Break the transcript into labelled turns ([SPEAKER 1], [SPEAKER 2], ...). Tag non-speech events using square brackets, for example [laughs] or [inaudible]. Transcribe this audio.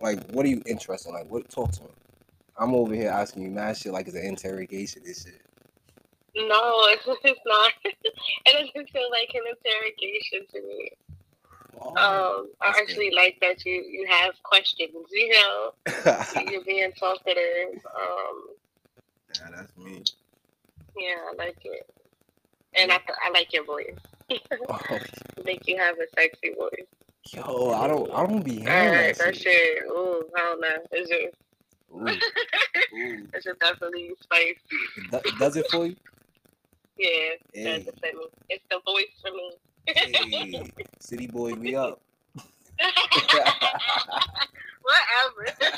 [SPEAKER 1] Like, what are you interested in? Like, what talk to me? I'm over here asking you mad shit like it's an interrogation and shit.
[SPEAKER 2] No, it's, it's not. [laughs] it doesn't feel like an interrogation to me.
[SPEAKER 1] [laughs]
[SPEAKER 2] Um, I
[SPEAKER 1] That's
[SPEAKER 2] actually like that you you have questions. You know, you're being talkative. Um,
[SPEAKER 1] Nah, that's me. [laughs]
[SPEAKER 2] yeah, I like it, and I I like your voice.
[SPEAKER 1] Oh,
[SPEAKER 2] I think you have a sexy voice.
[SPEAKER 1] yo, I don't, I don't be
[SPEAKER 2] All
[SPEAKER 1] hearing
[SPEAKER 2] right,
[SPEAKER 1] that
[SPEAKER 2] that
[SPEAKER 1] shit.
[SPEAKER 2] shit. Ooh, I don't know. It's just
[SPEAKER 1] [laughs] Ooh, ooh.
[SPEAKER 2] it's just definitely spice.
[SPEAKER 1] It do- does it [laughs] for you?
[SPEAKER 2] Yeah,
[SPEAKER 1] Hey,
[SPEAKER 2] that's the thing. It's the voice for me. [laughs]
[SPEAKER 1] hey, city boy, we [laughs] up.
[SPEAKER 2] [laughs] Whatever.